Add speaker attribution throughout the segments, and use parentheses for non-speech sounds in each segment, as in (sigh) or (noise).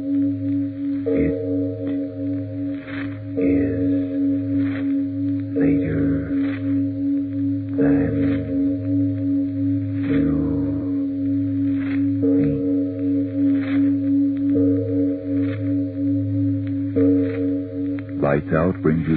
Speaker 1: It is later than you think. Lights Out brings you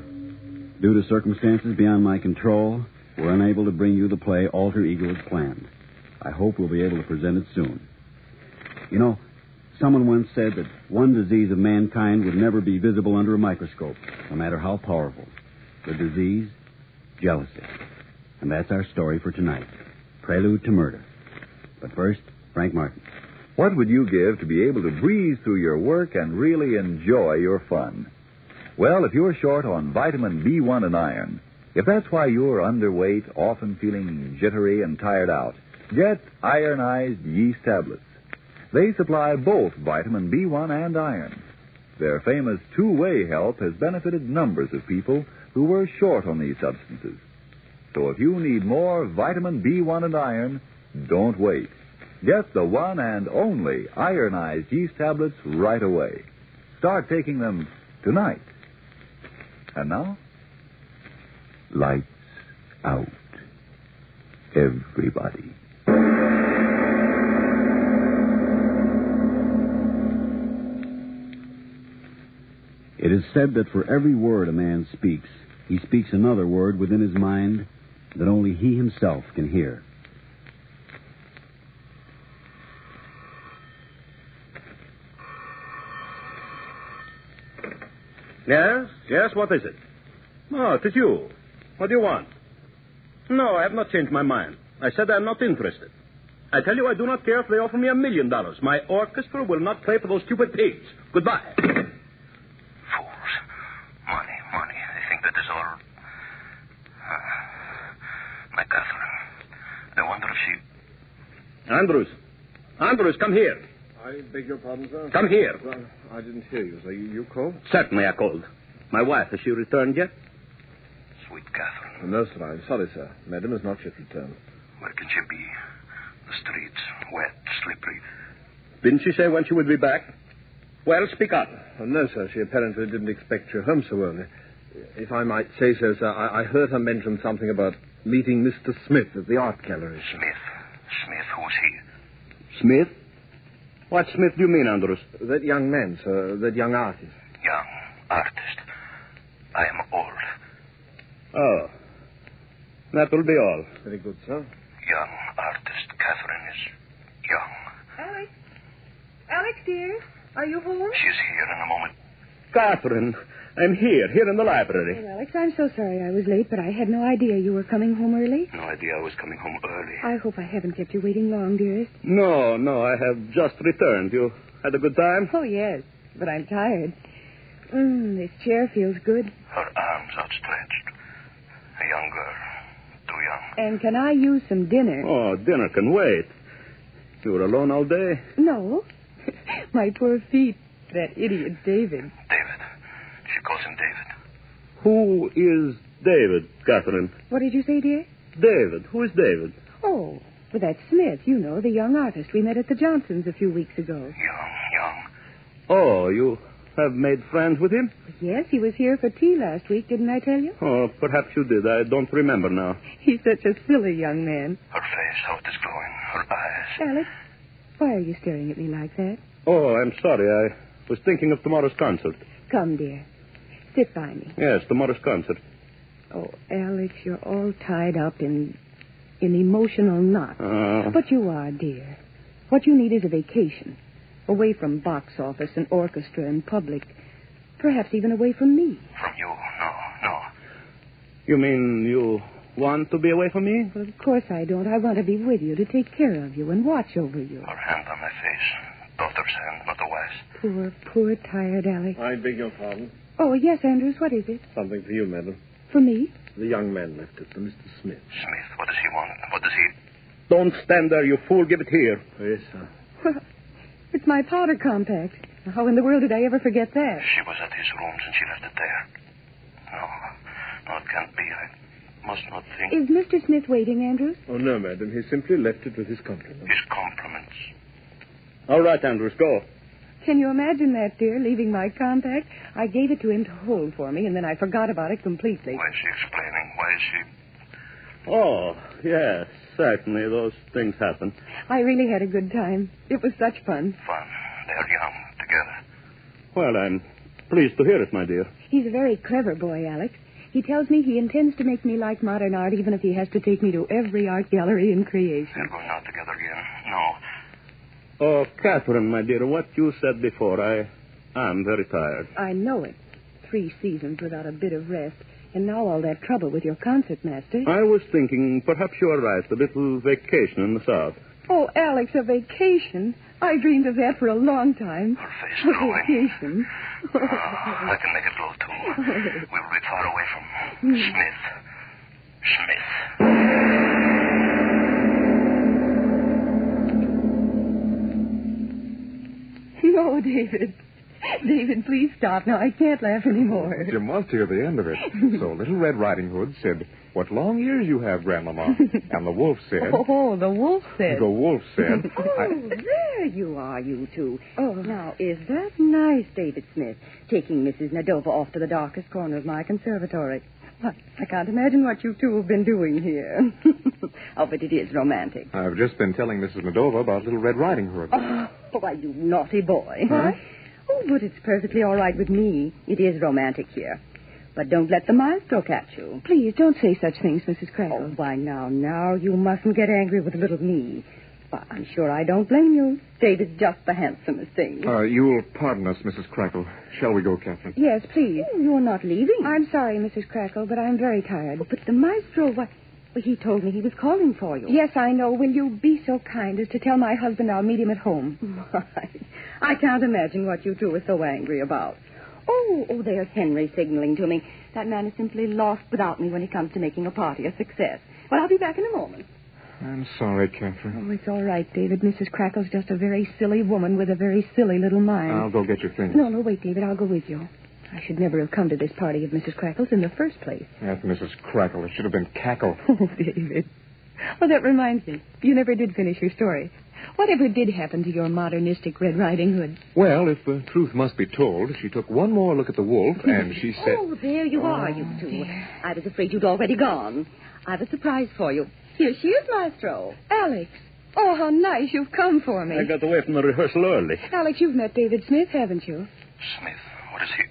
Speaker 2: Due to circumstances beyond my control, we're unable to bring you the play Alter Ego as planned. I hope we'll be able to present it soon. You know, someone once said that one disease of mankind would never be visible under a microscope, no matter how powerful. The disease? Jealousy. And that's our story for tonight Prelude to Murder. But first, Frank Martin.
Speaker 1: What would you give to be able to breeze through your work and really enjoy your fun? Well, if you're short on vitamin B1 and iron, if that's why you're underweight, often feeling jittery and tired out, get ironized yeast tablets. They supply both vitamin B1 and iron. Their famous two way help has benefited numbers of people who were short on these substances. So if you need more vitamin B1 and iron, don't wait. Get the one and only ironized yeast tablets right away. Start taking them tonight. And now, lights out. Everybody.
Speaker 2: It is said that for every word a man speaks, he speaks another word within his mind that only he himself can hear.
Speaker 3: Yes, yes, what is it? Oh, it is you. What do you want? No, I have not changed my mind. I said I am not interested. I tell you, I do not care if they offer me a million dollars. My orchestra will not play for those stupid pigs. Goodbye. (coughs)
Speaker 4: Fools. Money, money. They think that is all. Uh, my Catherine. I wonder if she.
Speaker 3: Andrews. Andrews, come here.
Speaker 5: I beg your pardon, sir.
Speaker 3: Come here.
Speaker 5: Well, I didn't hear you, sir. You, you called?
Speaker 3: Certainly, I called. My wife, has she returned yet?
Speaker 4: Sweet Catherine.
Speaker 5: No, sir. I'm sorry, sir. Madam has not yet returned.
Speaker 4: Where can she be? The streets, wet, slippery.
Speaker 3: Didn't she say when she would be back? Well, speak up.
Speaker 5: Oh, no, sir. She apparently didn't expect you home so early. If I might say so, sir, I, I heard her mention something about meeting Mr. Smith at the art gallery. sir.
Speaker 4: Smith. Smith, who's he?
Speaker 3: Smith? What Smith do you mean, Andrews?
Speaker 5: That young man, sir, that young artist.
Speaker 4: Young artist. I am old.
Speaker 3: Oh. That will be all.
Speaker 5: Very good, sir.
Speaker 4: Young artist. Catherine is young.
Speaker 6: Alex? Alex, dear, are you home?
Speaker 4: She's here in a moment.
Speaker 3: Catherine, I'm here, here in the library.
Speaker 6: Oh, Alex, I'm so sorry I was late, but I had no idea you were coming home early.
Speaker 4: No idea I was coming home early.
Speaker 6: I hope I haven't kept you waiting long, dearest.
Speaker 3: No, no, I have just returned. You had a good time?
Speaker 6: Oh, yes, but I'm tired. Mm, this chair feels good.
Speaker 4: Her arms outstretched. A young girl. Too young.
Speaker 6: And can I use some dinner?
Speaker 3: Oh, dinner can wait. You were alone all day?
Speaker 6: No. (laughs) My poor feet. That idiot David.
Speaker 4: David. She calls him David.
Speaker 3: Who is David, Catherine?
Speaker 6: What did you say, dear?
Speaker 3: David. Who is David?
Speaker 6: Oh, well, that's Smith, you know, the young artist we met at the Johnsons a few weeks ago.
Speaker 4: Young, young.
Speaker 3: Oh, you have made friends with him?
Speaker 6: Yes, he was here for tea last week, didn't I tell you?
Speaker 3: Oh, perhaps you did. I don't remember now.
Speaker 6: He's such a silly young man.
Speaker 4: Her face, how it is glowing. Her eyes.
Speaker 6: Alex, why are you staring at me like that?
Speaker 3: Oh, I'm sorry. I was thinking of tomorrow's concert.
Speaker 6: Come, dear. Sit by me.
Speaker 3: Yes, tomorrow's concert.
Speaker 6: Oh, Alex, you're all tied up in in emotional knots.
Speaker 3: Uh,
Speaker 6: But you are, dear. What you need is a vacation. Away from box office and orchestra and public. Perhaps even away from me.
Speaker 4: From you. No, no.
Speaker 3: you mean you want to be away from me?
Speaker 6: Well, of course I don't. I want to be with you, to take care of you and watch over you.
Speaker 4: Her hand on my face. Daughter's hand, not the wife's.
Speaker 6: Poor, poor, tired Alex.
Speaker 5: I beg your pardon.
Speaker 6: Oh, yes, Andrews, what is it?
Speaker 5: Something for you, madam.
Speaker 6: For me?
Speaker 5: The young man left it for Mr. Smith.
Speaker 4: Smith, what does he want? What does he...
Speaker 3: Don't stand there, you fool. Give it here.
Speaker 7: Oh,
Speaker 5: Yes, sir.
Speaker 6: It's my powder compact. How in the world did I ever forget that?
Speaker 4: She was at his rooms and she left it there. No, no, it can't be. I must not think.
Speaker 6: Is Mr. Smith waiting, Andrews?
Speaker 5: Oh, no, madam. He simply left it with his compliments.
Speaker 4: His compliments.
Speaker 3: All right, Andrews, go.
Speaker 6: Can you imagine that, dear, leaving my compact? I gave it to him to hold for me, and then I forgot about it completely.
Speaker 4: Why is she explaining? Why is she...
Speaker 3: Oh, yes, certainly. Those things happen.
Speaker 6: I really had a good time. It was such fun.
Speaker 4: Fun. They're young, together.
Speaker 3: Well, I'm pleased to hear it, my dear.
Speaker 6: He's a very clever boy, Alex. He tells me he intends to make me like modern art, even if he has to take me to every art gallery in creation.
Speaker 4: They're going out together again. No,
Speaker 3: Oh, Catherine, my dear, what you said before, I am very tired.
Speaker 6: I know it. Three seasons without a bit of rest, and now all that trouble with your concertmaster.
Speaker 3: I was thinking perhaps you are right, a little vacation in the South.
Speaker 6: Oh, Alex, a vacation. I dreamed of that for a long time.
Speaker 4: her face glowing. (laughs)
Speaker 6: Vacation.
Speaker 4: Ah, I can make it glow, too.
Speaker 6: (laughs)
Speaker 4: We will be far away
Speaker 6: Hmm.
Speaker 4: from Smith. Smith.
Speaker 6: no, David. David, please stop. Now, I can't laugh anymore.
Speaker 7: You must hear the end
Speaker 5: (laughs)
Speaker 7: of it. So Little Red Riding Hood said, What long ears you have, Grandmama. And the wolf said,
Speaker 6: Oh, the wolf said.
Speaker 7: The wolf said,
Speaker 5: (laughs)
Speaker 7: I,
Speaker 8: Oh, there you are, you two.
Speaker 6: Oh.
Speaker 8: Now, is that nice, David Smith, taking Mrs. Nadova off to the darkest corner of my conservatory? Why, I can't imagine what you two have been doing here. (laughs) oh, but it is romantic.
Speaker 7: I've just been telling Mrs. Nadova about Little Red Riding Hood.
Speaker 8: Oh, why, you naughty boy. What? Oh, but it's perfectly all right with me. It is romantic here. But don't let the maestro catch you.
Speaker 6: Please don't say such things, Mrs.
Speaker 8: Oh,
Speaker 6: Crackle.
Speaker 8: why, now, now, you mustn't get angry with little me. Why, I'm sure I don't blame you. David's just the handsomest thing.
Speaker 7: Uh, you'll pardon us, Mrs. Crackle. Shall we go, Catherine?
Speaker 6: Yes, please.
Speaker 8: Oh, You're not leaving.
Speaker 6: I'm sorry, Mrs. Crackle, but I'm very tired.
Speaker 8: Oh, but the maestro, what? Well, he told me he was calling for you.
Speaker 6: Yes, I know. Will you be so kind as to tell my husband I'll meet him at home?
Speaker 8: (laughs) My, I can't imagine what you two are so angry about. Oh, oh, there's Henry signaling to me. That man is simply lost without me when it comes to making a party a success. Well, I'll be back in a moment.
Speaker 7: I'm sorry, Catherine.
Speaker 6: Oh, it's all right, David. Mrs. Crackle's just a very silly woman with a very silly little mind.
Speaker 7: I'll go get your things.
Speaker 6: No, no, wait, David. I'll go with you. I should never have come to this party of Mrs. Crackle's in the first place.
Speaker 7: That's Mrs. Crackle. It should have been Cackle.
Speaker 6: (laughs) Oh, David. Oh, that reminds me. You never did finish your story. Whatever did happen to your modernistic Red Riding Hood?
Speaker 7: Well, if the truth must be told, she took one more look at the wolf, and she said...
Speaker 8: Oh, there you are, you two. I was afraid you'd already gone. I have a surprise for you. Here she is, maestro.
Speaker 6: Alex. Oh, how nice you've come for me.
Speaker 3: I got away from the rehearsal early.
Speaker 6: Alex, you've met David Smith, haven't you?
Speaker 4: Smith. What is he?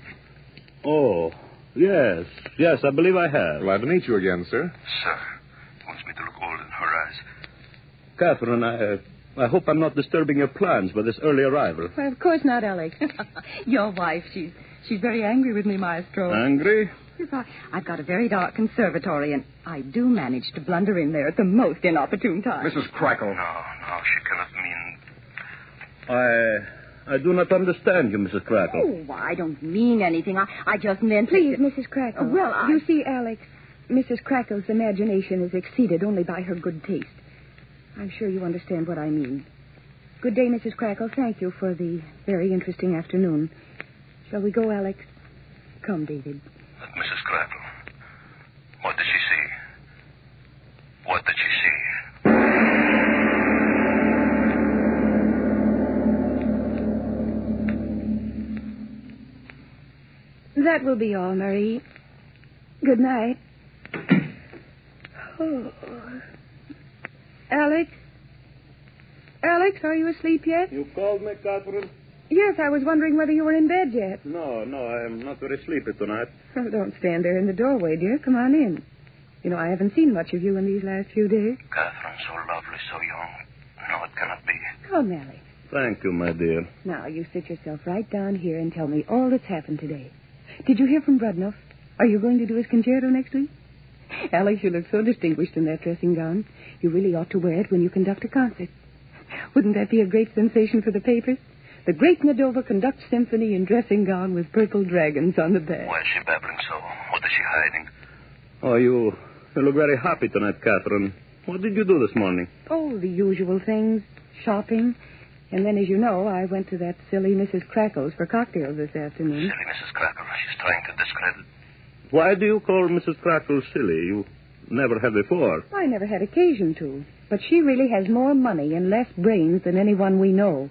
Speaker 3: Oh, yes. Yes, I believe I have.
Speaker 7: Glad to meet you again, sir.
Speaker 4: Sir. He wants me to look old in her eyes.
Speaker 3: Catherine, I, uh, I hope I'm not disturbing your plans by this early arrival.
Speaker 6: Well, of course not, Alex. (laughs)
Speaker 8: Your wife, she's she's very angry with me,
Speaker 3: Ah,
Speaker 8: maestro.
Speaker 3: Angry?
Speaker 8: I- I've got a very dark conservatory, and I do manage to blunder in there at the most inopportune time.
Speaker 7: Mrs. Crackle.
Speaker 4: No, no, she cannot mean...
Speaker 3: I I do not understand you, Mrs. Crackle.
Speaker 8: Oh, I don't mean anything. I, I just meant.
Speaker 6: Please, Mrs. Crackle.
Speaker 8: Well, I-
Speaker 6: You see, Alex, Mrs. Crackle's imagination is exceeded only by her good taste. I'm sure you understand what I mean. Good day, Mrs. Crackle. Thank you for the very interesting afternoon. Shall we go, Alex? Come, David.
Speaker 4: But Mrs. Crackle, what did she see? What did she see?
Speaker 6: That will be all, Marie. Good night. Oh. Alex? Alex, are you asleep yet?
Speaker 3: You called me, Catherine?
Speaker 6: Yes, I was wondering whether you were in bed yet.
Speaker 3: No, no, I am not very sleepy tonight.
Speaker 6: Oh, don't stand there in the doorway, dear. Come on in. You know, I haven't seen much of you in these last few days.
Speaker 4: Catherine, so lovely, so young. No, it cannot be.
Speaker 6: Come, Alex.
Speaker 3: Thank you, my dear.
Speaker 6: Now, you sit yourself right down here and tell me all that's happened today. Did you hear from Brudnoff? Are you going to do his concerto next week? Alex, you look so distinguished in that dressing gown. You really ought to wear it when you conduct a concert. Wouldn't that be a great sensation for the papers? The great Nadova conducts symphony in dressing gown with purple dragons on the back.
Speaker 4: Why is she babbling so? What is she hiding?
Speaker 3: Oh, you, you look very happy tonight, Catherine. What did you do this morning?
Speaker 6: Oh, the usual things. Shopping. And then, as you know, I went to that silly Mrs. Crackles for cocktails this afternoon.
Speaker 4: Silly Mrs. Crackle, she's trying to discredit.
Speaker 3: Why do you call Mrs. Crackle silly? You never have before.
Speaker 6: I never had occasion to. But she really has more money and less brains than anyone we know.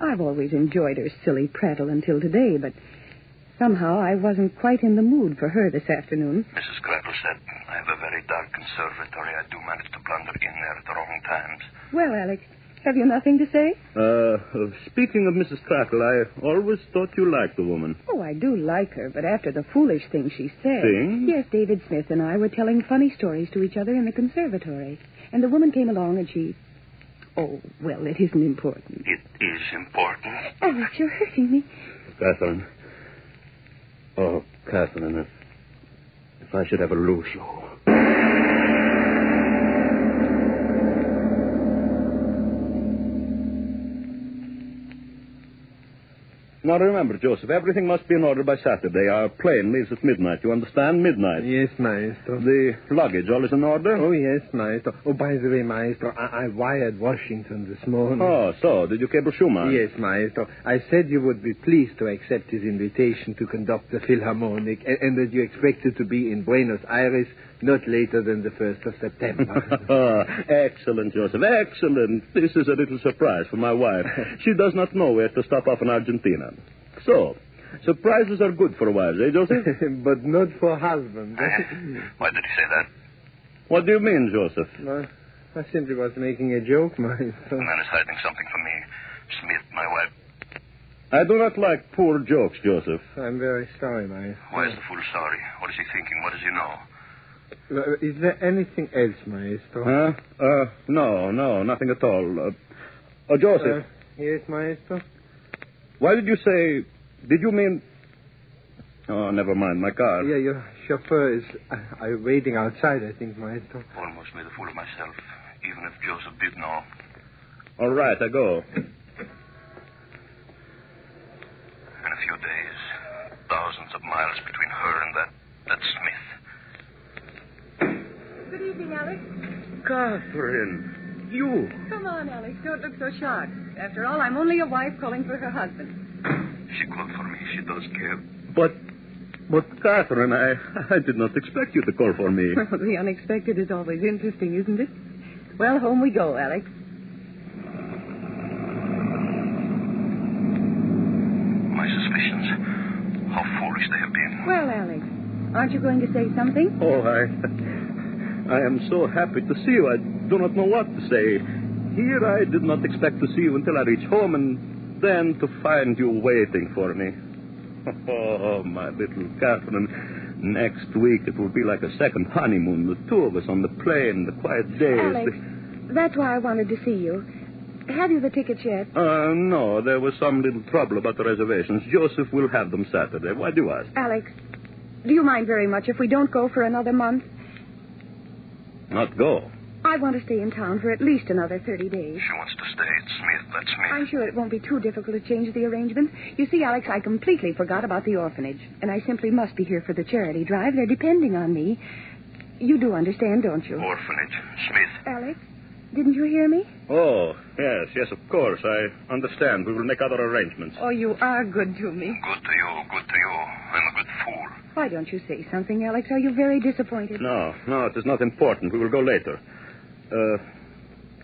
Speaker 6: I've always enjoyed her silly prattle until today, but somehow I wasn't quite in the mood for her this afternoon.
Speaker 4: Mrs. Crackle said, I have a very dark conservatory. I do manage to blunder in there at the wrong times.
Speaker 6: Well, Alex, have you nothing to say?
Speaker 3: Uh, speaking of Mrs. Crackle, I always thought you liked the woman.
Speaker 6: Oh, I do like her, but after the foolish thing she said.
Speaker 3: Thing?
Speaker 6: Yes, David Smith and I were telling funny stories to each other in the conservatory. And the woman came along and she. Oh, well, it isn't important.
Speaker 4: It is important.
Speaker 6: Alex, Oh, you're hurting me.
Speaker 3: Catherine. Oh, Catherine, if, if I should ever lose you. Now remember, Joseph, everything must be in order by Saturday. Our plane leaves at midnight. You understand? Midnight.
Speaker 5: Yes, maestro.
Speaker 3: The luggage, all is in order?
Speaker 5: Oh, yes, maestro. Oh, by the way, maestro, I, I wired Washington this morning.
Speaker 3: Oh, so, did you cable Schumann?
Speaker 5: Yes, maestro. I said you would be pleased to accept his invitation to conduct the Philharmonic and, and that you expected to be in Buenos Aires not later than the 1st of September.
Speaker 3: (laughs) excellent, Joseph. Excellent. This is a little surprise for my wife. (laughs) She does not know where to stop off in Argentina. So, surprises are good for wives, eh, (laughs) Joseph?
Speaker 5: but not for husbands.
Speaker 3: Ah.
Speaker 4: Why did he say that?
Speaker 3: what do you mean, Joseph?
Speaker 5: No, I simply was making a joke, maestro.
Speaker 4: The
Speaker 3: Ah.
Speaker 4: man is hiding something from me. Smith, my wife.
Speaker 3: I do not like poor jokes, Joseph.
Speaker 5: I'm very sorry, maestro.
Speaker 4: Why is the fool sorry? What is he thinking? What does he know?
Speaker 5: Uh, Is there anything else, maestro?
Speaker 3: Huh? Uh, no, no, nothing at all. Uh, oh,
Speaker 5: Uh,
Speaker 3: Joseph,
Speaker 5: yes, maestro?
Speaker 3: why did you say. Did you mean. Oh, never mind, my car.
Speaker 5: Yeah, your chauffeur is uh, uh, waiting outside, I think, maestro.
Speaker 4: Almost made a fool of myself, even if Joseph did know.
Speaker 3: All right, I go.
Speaker 4: In a few days, thousands of miles between her and that, that Smith.
Speaker 6: Good evening, Alex.
Speaker 3: Catherine, you.
Speaker 6: Come on, Alex. Don't look so shocked. After all, I'm only a wife calling for her husband.
Speaker 4: She called for me. She does care.
Speaker 3: But, but Catherine, I, I did not expect you to call for me.
Speaker 6: Well, the unexpected is always interesting, isn't it? Well, home we go, Alex.
Speaker 4: My suspicions. How foolish they have been.
Speaker 6: Well, Alex, aren't you going to say something?
Speaker 3: oh, I, I am so happy to see you. I do not know what to say. Here, I did not expect to see you until I reached home, and then to find you waiting for me. (laughs) Oh, my little Catherine. Next week it will be like a second honeymoon. The two of us on the plane, the quiet days.
Speaker 6: Alex,
Speaker 3: the-
Speaker 6: that's why I wanted to see you. Have you the tickets yet?
Speaker 3: Uh, no, there was some little trouble about the reservations. Joseph will have them Saturday. Why do you ask?
Speaker 6: Alex, do you mind very much if we don't go for another month?
Speaker 3: Not go.
Speaker 6: I want to stay in town for at least another 30 days.
Speaker 4: She wants to stay. It's Smith. That's Smith.
Speaker 6: I'm sure it won't be too difficult to change the arrangement. You see, Alex, I completely forgot about the orphanage, and I simply must be here for the charity drive. They're depending on me. You do understand, don't you?
Speaker 4: Orphanage. Smith.
Speaker 6: Alex, didn't you hear me?
Speaker 2: Oh, yes, yes, of course. I understand. We will make other arrangements.
Speaker 6: Oh, you are good to me.
Speaker 4: Good to you. Good to you. I'm a good fool.
Speaker 6: Why don't you say something, Alex? Are you very disappointed?
Speaker 2: No, no, it is not important. We will go later. Uh,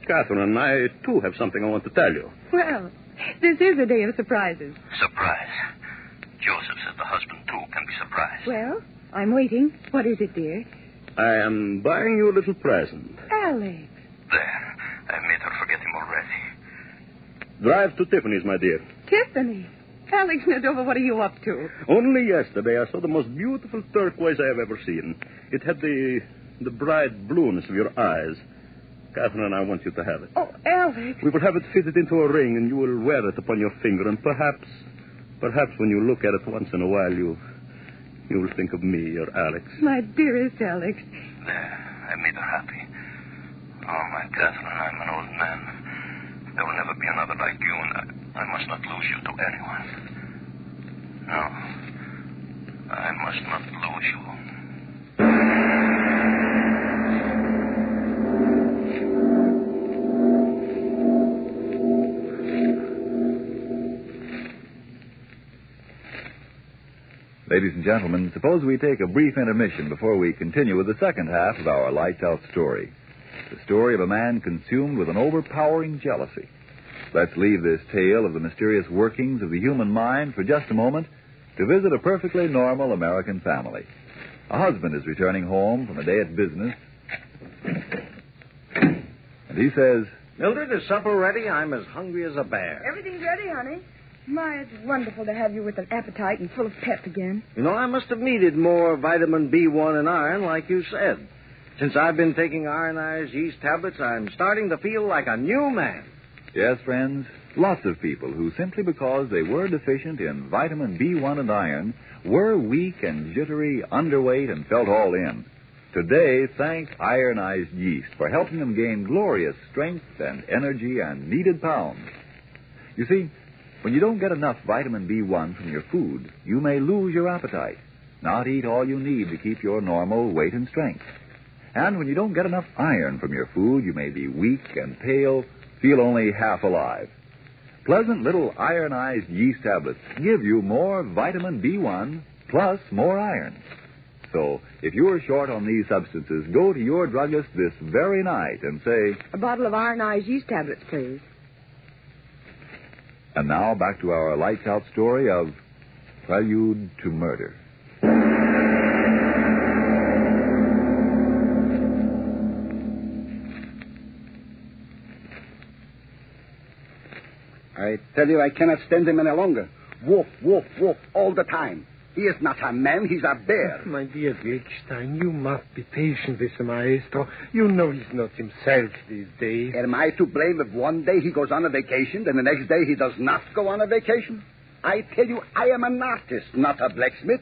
Speaker 2: Catherine, I too have something I want to tell you.
Speaker 6: Well, this is a day of surprises.
Speaker 4: Surprise. Joseph said the husband, too, can be surprised.
Speaker 6: Well, I'm waiting. What is it, dear?
Speaker 2: I am buying you a little present.
Speaker 6: Alex.
Speaker 4: There. I made her forget him already.
Speaker 2: Drive to Tiffany's, my dear.
Speaker 6: Tiffany. Alex Nadova, what are you up to?
Speaker 2: Only yesterday I saw the most beautiful turquoise I have ever seen. It had the the bright blueness of your eyes. Catherine, I want you to have it.
Speaker 6: Oh, Alex.
Speaker 2: We will have it fitted into a ring, and you will wear it upon your finger, and perhaps, perhaps when you look at it once in a while, you, you will think of me or Alex.
Speaker 6: My dearest Alex.
Speaker 4: There. I made her happy. Oh, my Catherine, I'm an old man. There will never be another like you, and I, I must not lose you to anyone. No. I must not lose you.
Speaker 1: Ladies and gentlemen, suppose we take a brief intermission before we continue with the second half of our Lights Out story. The story of a man consumed with an overpowering jealousy. Let's leave this tale of the mysterious workings of the human mind for just a moment to visit a perfectly normal American family. A husband is returning home from a day at business, and he says,
Speaker 9: Mildred, is supper ready? I'm as hungry as a bear.
Speaker 10: Everything's ready, honey. My, it's wonderful to have you with an appetite and full of pep again.
Speaker 9: You know, I must have needed more vitamin B1 and iron, like you said. Since I've been taking ironized yeast tablets, I'm starting to feel like a new man.
Speaker 1: Yes, friends, lots of people who simply because they were deficient in vitamin B1 and iron were weak and jittery, underweight, and felt all in. Today, thank ironized yeast for helping them gain glorious strength and energy and needed pounds. You see, when you don't get enough vitamin B1 from your food, you may lose your appetite, not eat all you need to keep your normal weight and strength. And when you don't get enough iron from your food, you may be weak and pale, feel only half alive. Pleasant little ironized yeast tablets give you more vitamin B1 plus more iron. So, if you're short on these substances, go to your druggist this very night and say,
Speaker 10: A bottle of ironized yeast tablets, please.
Speaker 1: And now back to our lights out story of Prelude to Murder.
Speaker 3: I tell you, I cannot stand him any longer. Wolf, wolf, wolf, all the time. He is not a man, he's a bear.
Speaker 9: (laughs)
Speaker 7: My dear Gilstein, you must be patient with the maestro. You know he's not himself these days.
Speaker 3: Am I to blame if one day he goes on a vacation and the next day he does not go on a vacation? I tell you, I am an artist, not a blacksmith.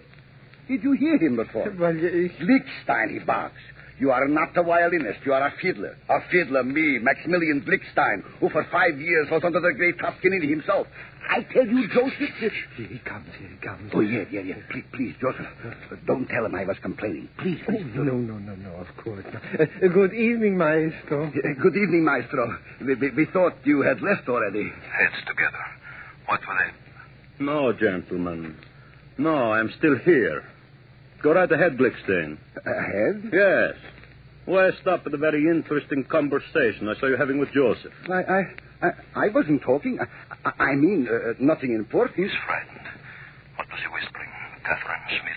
Speaker 3: Did you hear
Speaker 9: (laughs)
Speaker 3: him before?
Speaker 7: Well, yes.
Speaker 3: Blickstein, he barks. You are not a violinist. You are a fiddler. A fiddler, me, Maximilian Blickstein, who for five years was under the great Toscanini himself. I tell you, Joseph.
Speaker 7: Here he comes, here he comes.
Speaker 3: Oh, yeah, yeah, yeah. Please, please, Joseph. Don't tell him I was complaining. Please.
Speaker 7: Oh, no, no, no, no, of course not. Uh, good evening, maestro.
Speaker 3: Good evening, maestro. We, we, we thought you had left already.
Speaker 4: Heads together. What were they?
Speaker 2: No, gentlemen. No, I'm still here. Go right ahead, Blickstein.
Speaker 3: Ahead?
Speaker 2: Yes. Why stop at the very interesting conversation I saw you having with Joseph?
Speaker 3: I, I, I, I wasn't talking. I, I- I mean, uh, nothing important.
Speaker 4: He's frightened. What was he whispering? Catherine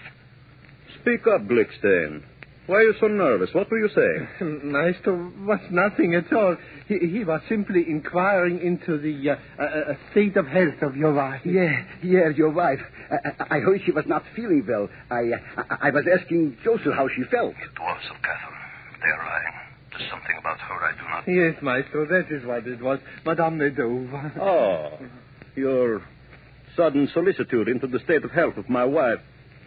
Speaker 4: Smith.
Speaker 2: Speak up, Blickstein. Why are you so nervous? What were you saying?
Speaker 7: Maestro was nothing at all. He, he was simply inquiring into the uh, uh, uh, state of health of your wife.
Speaker 3: Yeah, yeah, your wife. I, I, I heard she was not feeling well. I, I, I was asking Joseph how she felt.
Speaker 4: It was of Catherine. They're lying. There's something about her I do not.
Speaker 7: Yes, maestro, that is what it was. Madame Nedova.
Speaker 2: Oh, your sudden solicitude into the state of health of my wife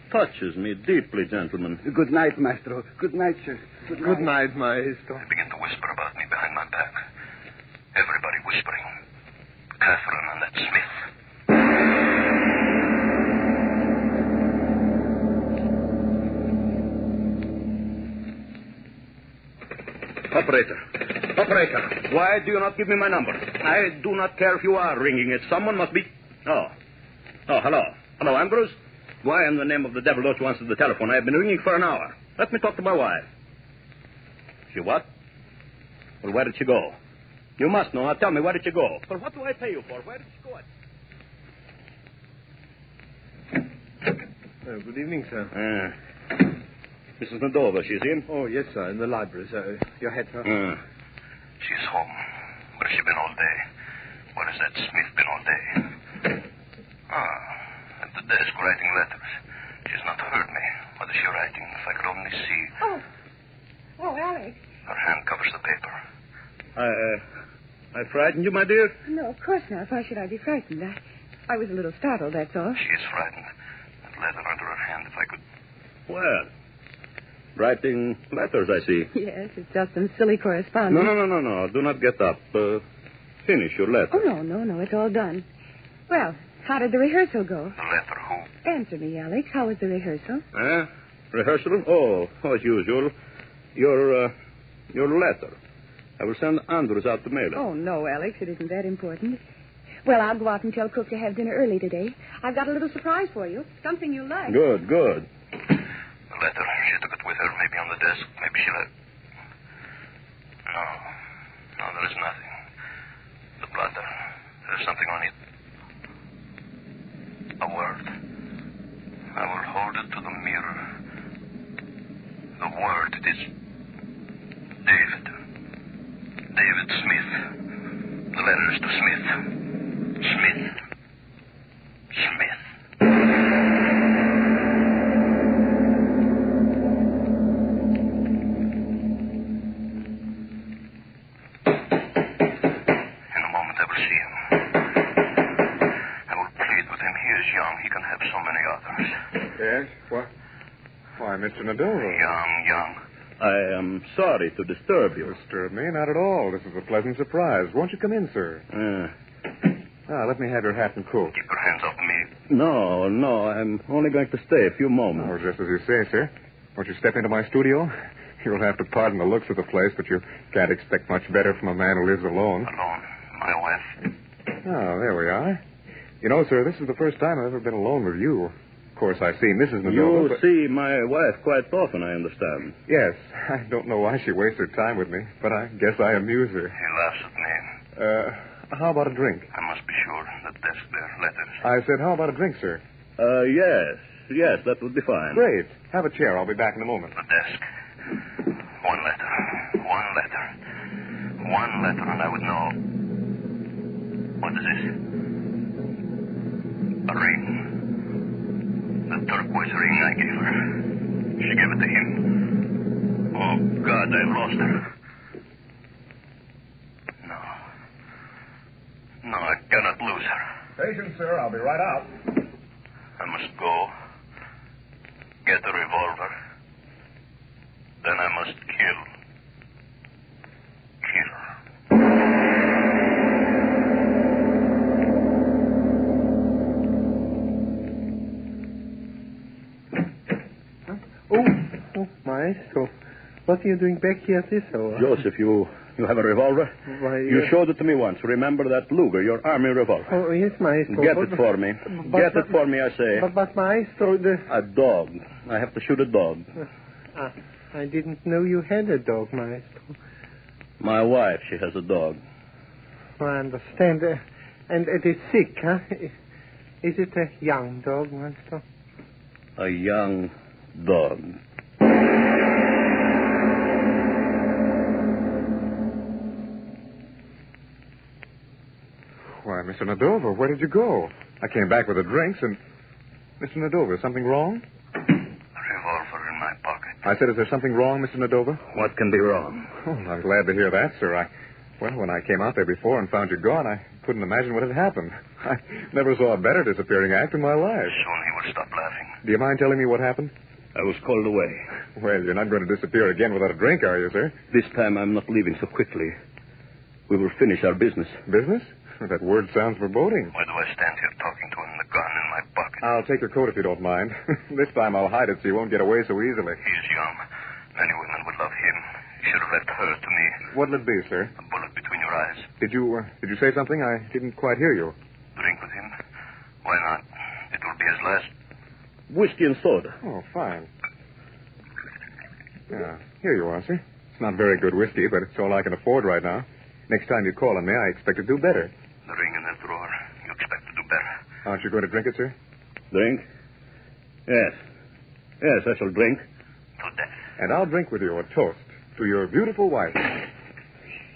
Speaker 2: touches me deeply, gentlemen.
Speaker 3: Good night, maestro. Good night, sir.
Speaker 7: Good night, maestro.
Speaker 4: Begin to whisper about behind my back. Everybody whispering. Catherine and that Smith.
Speaker 3: Operator. Operator. Why do you not give me my number? I do not care if you are ringing it. Someone must be. Oh. Oh, hello. Hello, Ambrose. Why in the name of the devil don't you answer the telephone? I have been ringing for an hour. Let me talk to my wife. She what? Well, where did she go? You must know. Now tell me, where did she go? Well, what do I pay you for? Where did she go?
Speaker 11: Oh, good evening, sir.
Speaker 3: Mrs. Nadova, she's in?
Speaker 11: Oh, yes, sir, in the library, sir. Your hat, sir.
Speaker 3: Uh.
Speaker 4: She's home. Where's she been all day? Where has that Smith been all day? Ah, at the desk writing letters. She's not heard me. What is she writing? If I could only see.
Speaker 12: Oh. Oh, Alex.
Speaker 4: Her hand covers the paper.
Speaker 3: I, uh, I frightened you, my dear?
Speaker 6: No, of course not. Why should I be frightened? I, I was a little startled, that's all. (laughs)
Speaker 4: She is frightened. That letter under her hand, if I could.
Speaker 3: Well, writing letters, I see.
Speaker 6: Yes, it's just some silly correspondence.
Speaker 3: No, no, no, no, no. Do not get up. Uh, finish your letter.
Speaker 6: Oh, no, no, no. It's all done. Well, how did the rehearsal go?
Speaker 4: The letter, who?
Speaker 6: Answer me, Alex. How was the rehearsal?
Speaker 11: Oh.
Speaker 3: Eh? Rehearsal? Oh, oh, as usual. Your, uh, your letter. I will send Andrews out to mail it.
Speaker 6: Oh, no, Alex. It isn't that important. Well, I'll go out and tell Cook to have dinner early today. I've got a little surprise for you. Something you'll like.
Speaker 3: Good, good.
Speaker 4: The letter. She took it with her, maybe on the desk. Maybe she let. No. No, there is nothing. The blotter. There is something on it. A word. I will hold it to the mirror. The word. It is. David. David Smith. The letter is to Smith. Smith. Smith. In a moment, I will see him. I will plead with him. He is young. He can have so many others.
Speaker 7: Yes? What? Why, Mr. Nadova.
Speaker 4: Young, young.
Speaker 3: I am sorry to disturb you.
Speaker 7: Disturb me? Not at all. This is a pleasant surprise. Won't you come in, sir?
Speaker 3: Uh,
Speaker 7: Ah, let me have your hat and coat.
Speaker 4: Keep your hands off me.
Speaker 3: No, no. I'm only going to stay a few
Speaker 7: Oh,
Speaker 3: moments.
Speaker 7: just as you say, sir. Won't you step into my studio? (laughs) You'll have to pardon the looks of the place, but you can't expect much better from a man who lives alone.
Speaker 4: Alone. My wife.
Speaker 7: Oh, there we are. You know, sir, this is the first time I've ever been alone with you. Of course, I see Mrs. Nadova,
Speaker 3: you
Speaker 7: but...
Speaker 3: see my wife quite often, I understand.
Speaker 7: Yes, (laughs) I don't know why she wastes her time with me, but I guess I amuse her.
Speaker 4: He laughs at me.
Speaker 7: Uh, how about a drink?
Speaker 4: I must be sure. The desk there. Letters.
Speaker 7: I said, how about a drink, sir?
Speaker 3: Uh, yes. Yes, that would be fine.
Speaker 7: Great. Have a chair. I'll be back in a moment.
Speaker 4: The desk. One letter. One letter. One letter, and I would know. What is this? A ring. The turquoise ring I gave her. She gave it to him. Oh, God, I've lost her. No. No, I cannot lose her.
Speaker 7: Patient, sir. I'll be right out.
Speaker 4: I must go. Get the revolver. Then I must kill. Kill.
Speaker 11: Oh, oh, maestro. What are you doing back here at this hour?
Speaker 3: Joseph, you, you have a revolver?
Speaker 11: Why,
Speaker 3: You
Speaker 11: uh,
Speaker 3: showed it to me once. Remember that Luger, your army revolver?
Speaker 11: Oh, yes, maestro.
Speaker 3: Get
Speaker 11: but-
Speaker 3: it for me.
Speaker 11: but-
Speaker 3: Get it for me, I say.
Speaker 11: But, but maestro, the...
Speaker 3: A dog. I have to shoot a dog.
Speaker 11: Ah, I didn't know you had a dog, maestro.
Speaker 3: My wife, she has a dog.
Speaker 11: I understand. Uh, and it is sick, huh? Is it a young dog, maestro?
Speaker 3: A young dog.
Speaker 7: Why, Mr. Nadova, where did you go? I came back with the drinks and. Mr. Nadova, is something wrong?
Speaker 4: A revolver in my pocket.
Speaker 7: I said, is there something wrong, Mr. Nadova?
Speaker 3: What can be wrong?
Speaker 7: Oh, I'm glad to hear that, sir. I. Well, when I came out there before and found you gone, I couldn't imagine what had happened. I never saw a better disappearing act in my life.
Speaker 4: Soon he will stop laughing.
Speaker 7: Do you mind telling me what happened?
Speaker 3: I was called away.
Speaker 7: Well, you're not going to disappear again without a drink, are you, sir?
Speaker 3: This time I'm not leaving so quickly. We will finish our business.
Speaker 7: Business? That word sounds foreboding.
Speaker 4: Why do I stand here talking to him, the gun in my pocket?
Speaker 7: I'll take your coat if you don't mind. (laughs) this time I'll hide it so you won't get away so easily.
Speaker 4: He's young. Many women would love him. You should have left her to me.
Speaker 7: What'll it be, sir?
Speaker 4: A bullet between your eyes.
Speaker 7: Did you uh, did you say something? I didn't quite hear you.
Speaker 4: Drink with him. Why not? It will be his last.
Speaker 3: Whiskey and soda.
Speaker 7: Oh, fine. Yeah, here you are, sir. It's not very good whiskey, but it's all I can afford right now. Next time you call on me, I expect to do better.
Speaker 4: The ring in the drawer. You expect to do better.
Speaker 7: Aren't you going to drink it, sir?
Speaker 3: Drink? Yes. Yes, I shall drink.
Speaker 7: And I'll drink with you a toast to your beautiful wife.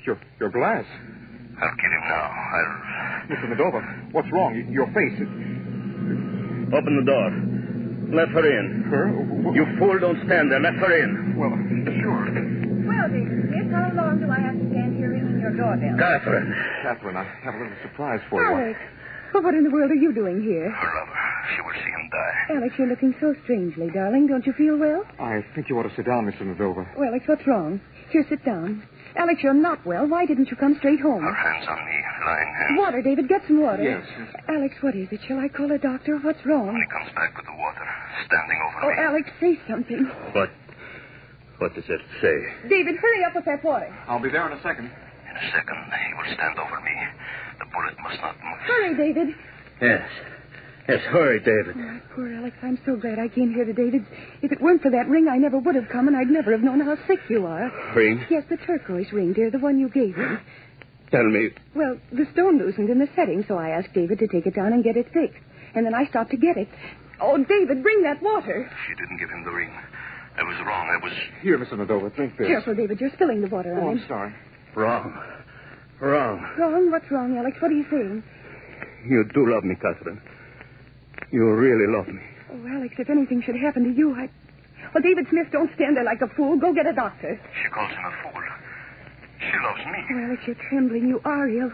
Speaker 7: Your your glass.
Speaker 4: I'll kill him now. I'll.
Speaker 7: Mr. Medova, what's wrong? Y- Your face. It...
Speaker 3: Open the door. Let her in.
Speaker 7: Her?
Speaker 3: You fool, don't stand there. Let her in.
Speaker 7: Well, sure.
Speaker 13: Well, David, Smith, how long do I have to stand here ringing your doorbell?
Speaker 3: Catherine.
Speaker 7: Catherine, I have a little surprise for you.
Speaker 6: Alex, well, what in the world are you doing here?
Speaker 4: Her lover. Oh, She will see him die.
Speaker 6: Alex, you're looking so strangely, darling. Don't you feel well?
Speaker 7: I think you ought to sit down, Mr. Medova.
Speaker 6: Well, Alex, what's wrong? Here, sit down. Alex, you're not well. Why didn't you come straight home?
Speaker 4: Her hands on me, lying hands.
Speaker 6: Water, David. Get some water.
Speaker 4: Yes, yes.
Speaker 6: Alex, what is it? Shall I call a doctor? What's wrong?
Speaker 4: Comes back with the water, standing over
Speaker 6: Oh, Alex, say something.
Speaker 3: What? What does it say?
Speaker 13: David, hurry up with that water.
Speaker 7: I'll be there in a second.
Speaker 4: In a second, he will stand over me. The bullet must not move.
Speaker 6: Hurry, David.
Speaker 3: Yes. Yes, hurry, David.
Speaker 6: Oh, poor Alex, I'm so glad I came here to David. If it weren't for that ring, I never would have come, and I'd never have known how sick you are.
Speaker 3: Ring?
Speaker 6: Yes, the turquoise ring, dear, the one you gave me.
Speaker 3: Tell me.
Speaker 6: Well, the stone loosened in the setting, so I asked David to take it down and get it fixed. And then I stopped to get it. Oh, David, bring that water.
Speaker 4: She didn't give him the ring. I was wrong. I was
Speaker 7: Here, Mr. Medova, drink this.
Speaker 6: Careful, David, you're spilling the water
Speaker 7: Oh,
Speaker 6: on
Speaker 7: I'm
Speaker 6: him.
Speaker 7: sorry.
Speaker 3: wrong. Wrong.
Speaker 6: Wrong? What's wrong, Alex? What are you saying?
Speaker 3: You do love me, Catherine. You really love me.
Speaker 6: Oh, Alex, if anything should happen to you, I. Well, David Smith, don't stand there like a fool. Go get a doctor.
Speaker 4: She calls him a fool. She loves me.
Speaker 6: Oh, Alex, you're trembling. You are ill.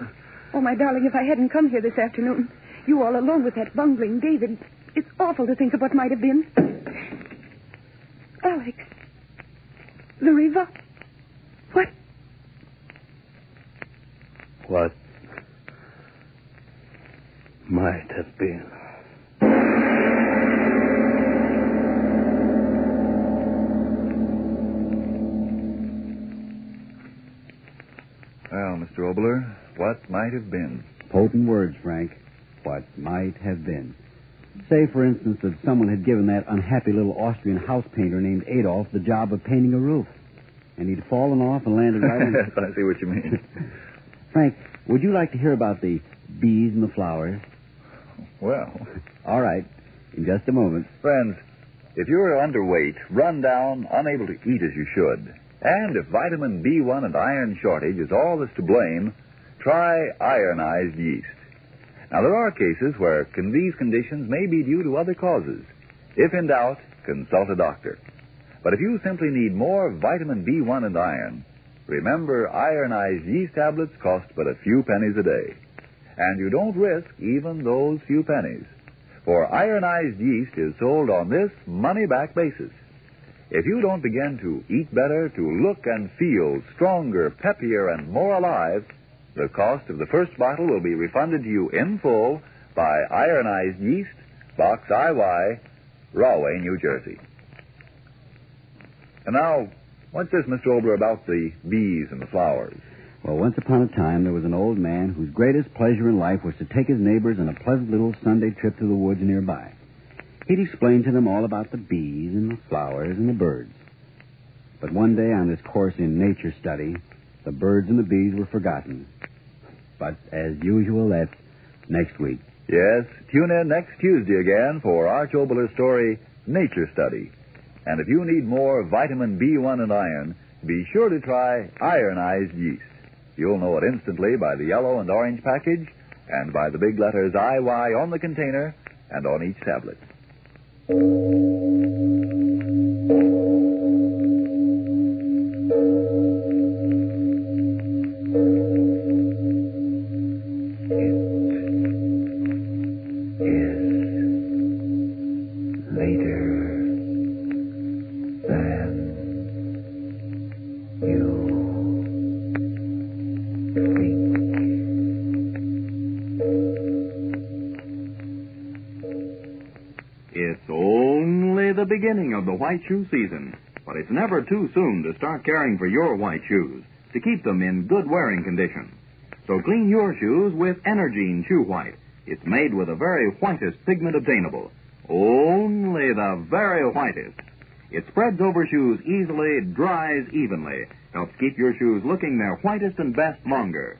Speaker 6: Oh, my darling, if I hadn't come here this afternoon, you all alone with that bungling David, it's awful to think of what might have been. Alex, the revolver. What?
Speaker 3: What might have been.
Speaker 1: Well, Mr. Obler, what might have been?
Speaker 2: Potent words, Frank. What might have been. Say, for instance, that someone had given that unhappy little Austrian house painter named Adolf the job of painting a roof. And he'd fallen off and landed right on.
Speaker 1: (laughs) I see what you mean.
Speaker 2: Frank, would you like to hear about the bees and the flowers?
Speaker 1: Well,
Speaker 2: All right, in just a moment.
Speaker 1: friends, if you're underweight, run down, unable to eat as you should, and if vitamin B1 and iron shortage is all that's to blame, try ironized yeast. Now, there are cases where con- these conditions may be due to other causes. If in doubt, consult a doctor. But if you simply need more vitamin B1 and iron, remember ironized yeast tablets cost but a few pennies a day. And you don't risk even those few pennies for ironized yeast is sold on this money back basis. If you don't begin to eat better, to look and feel stronger, peppier, and more alive, the cost of the first bottle will be refunded to you in full by ironized yeast, Box IY, Rahway, New Jersey. And now, what's this, Mr. Obler, about the bees and the flowers?
Speaker 2: Well, once upon a time, there was an old man whose greatest pleasure in life was to take his neighbors on a pleasant little Sunday trip to the woods nearby. He'd explain to them all about the bees and the flowers and the birds. But one day on his course in nature study, the birds and the bees were forgotten. But as usual, that's next week.
Speaker 1: Yes, tune in next Tuesday again for Arch Obler's story, Nature Study. And if you need more vitamin B1 and iron, be sure to try ironized yeast. You'll know it instantly by the yellow and orange package and by the big letters IY on the container and on each tablet.
Speaker 14: think.
Speaker 1: of the white shoe season, but it's never too soon to start caring for your white shoes to keep them in good wearing condition. So clean your shoes with Energine Shoe White. It's made with the very whitest pigment obtainable. Only the very whitest. It spreads over shoes easily, dries evenly, helps keep your shoes looking their whitest and best longer.